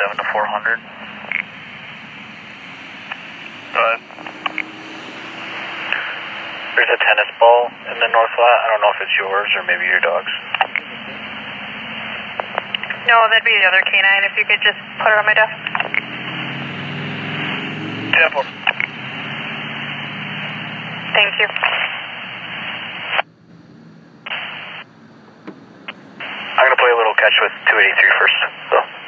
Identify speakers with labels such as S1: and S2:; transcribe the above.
S1: seven to four hundred.
S2: But
S1: There's a tennis ball in the north lot. I don't know if it's yours or maybe your dog's.
S3: No, that'd be the other canine. If you could just put it on my desk.
S2: Temple,
S3: Thank you.
S1: I'm gonna play a little catch with 283 first. So.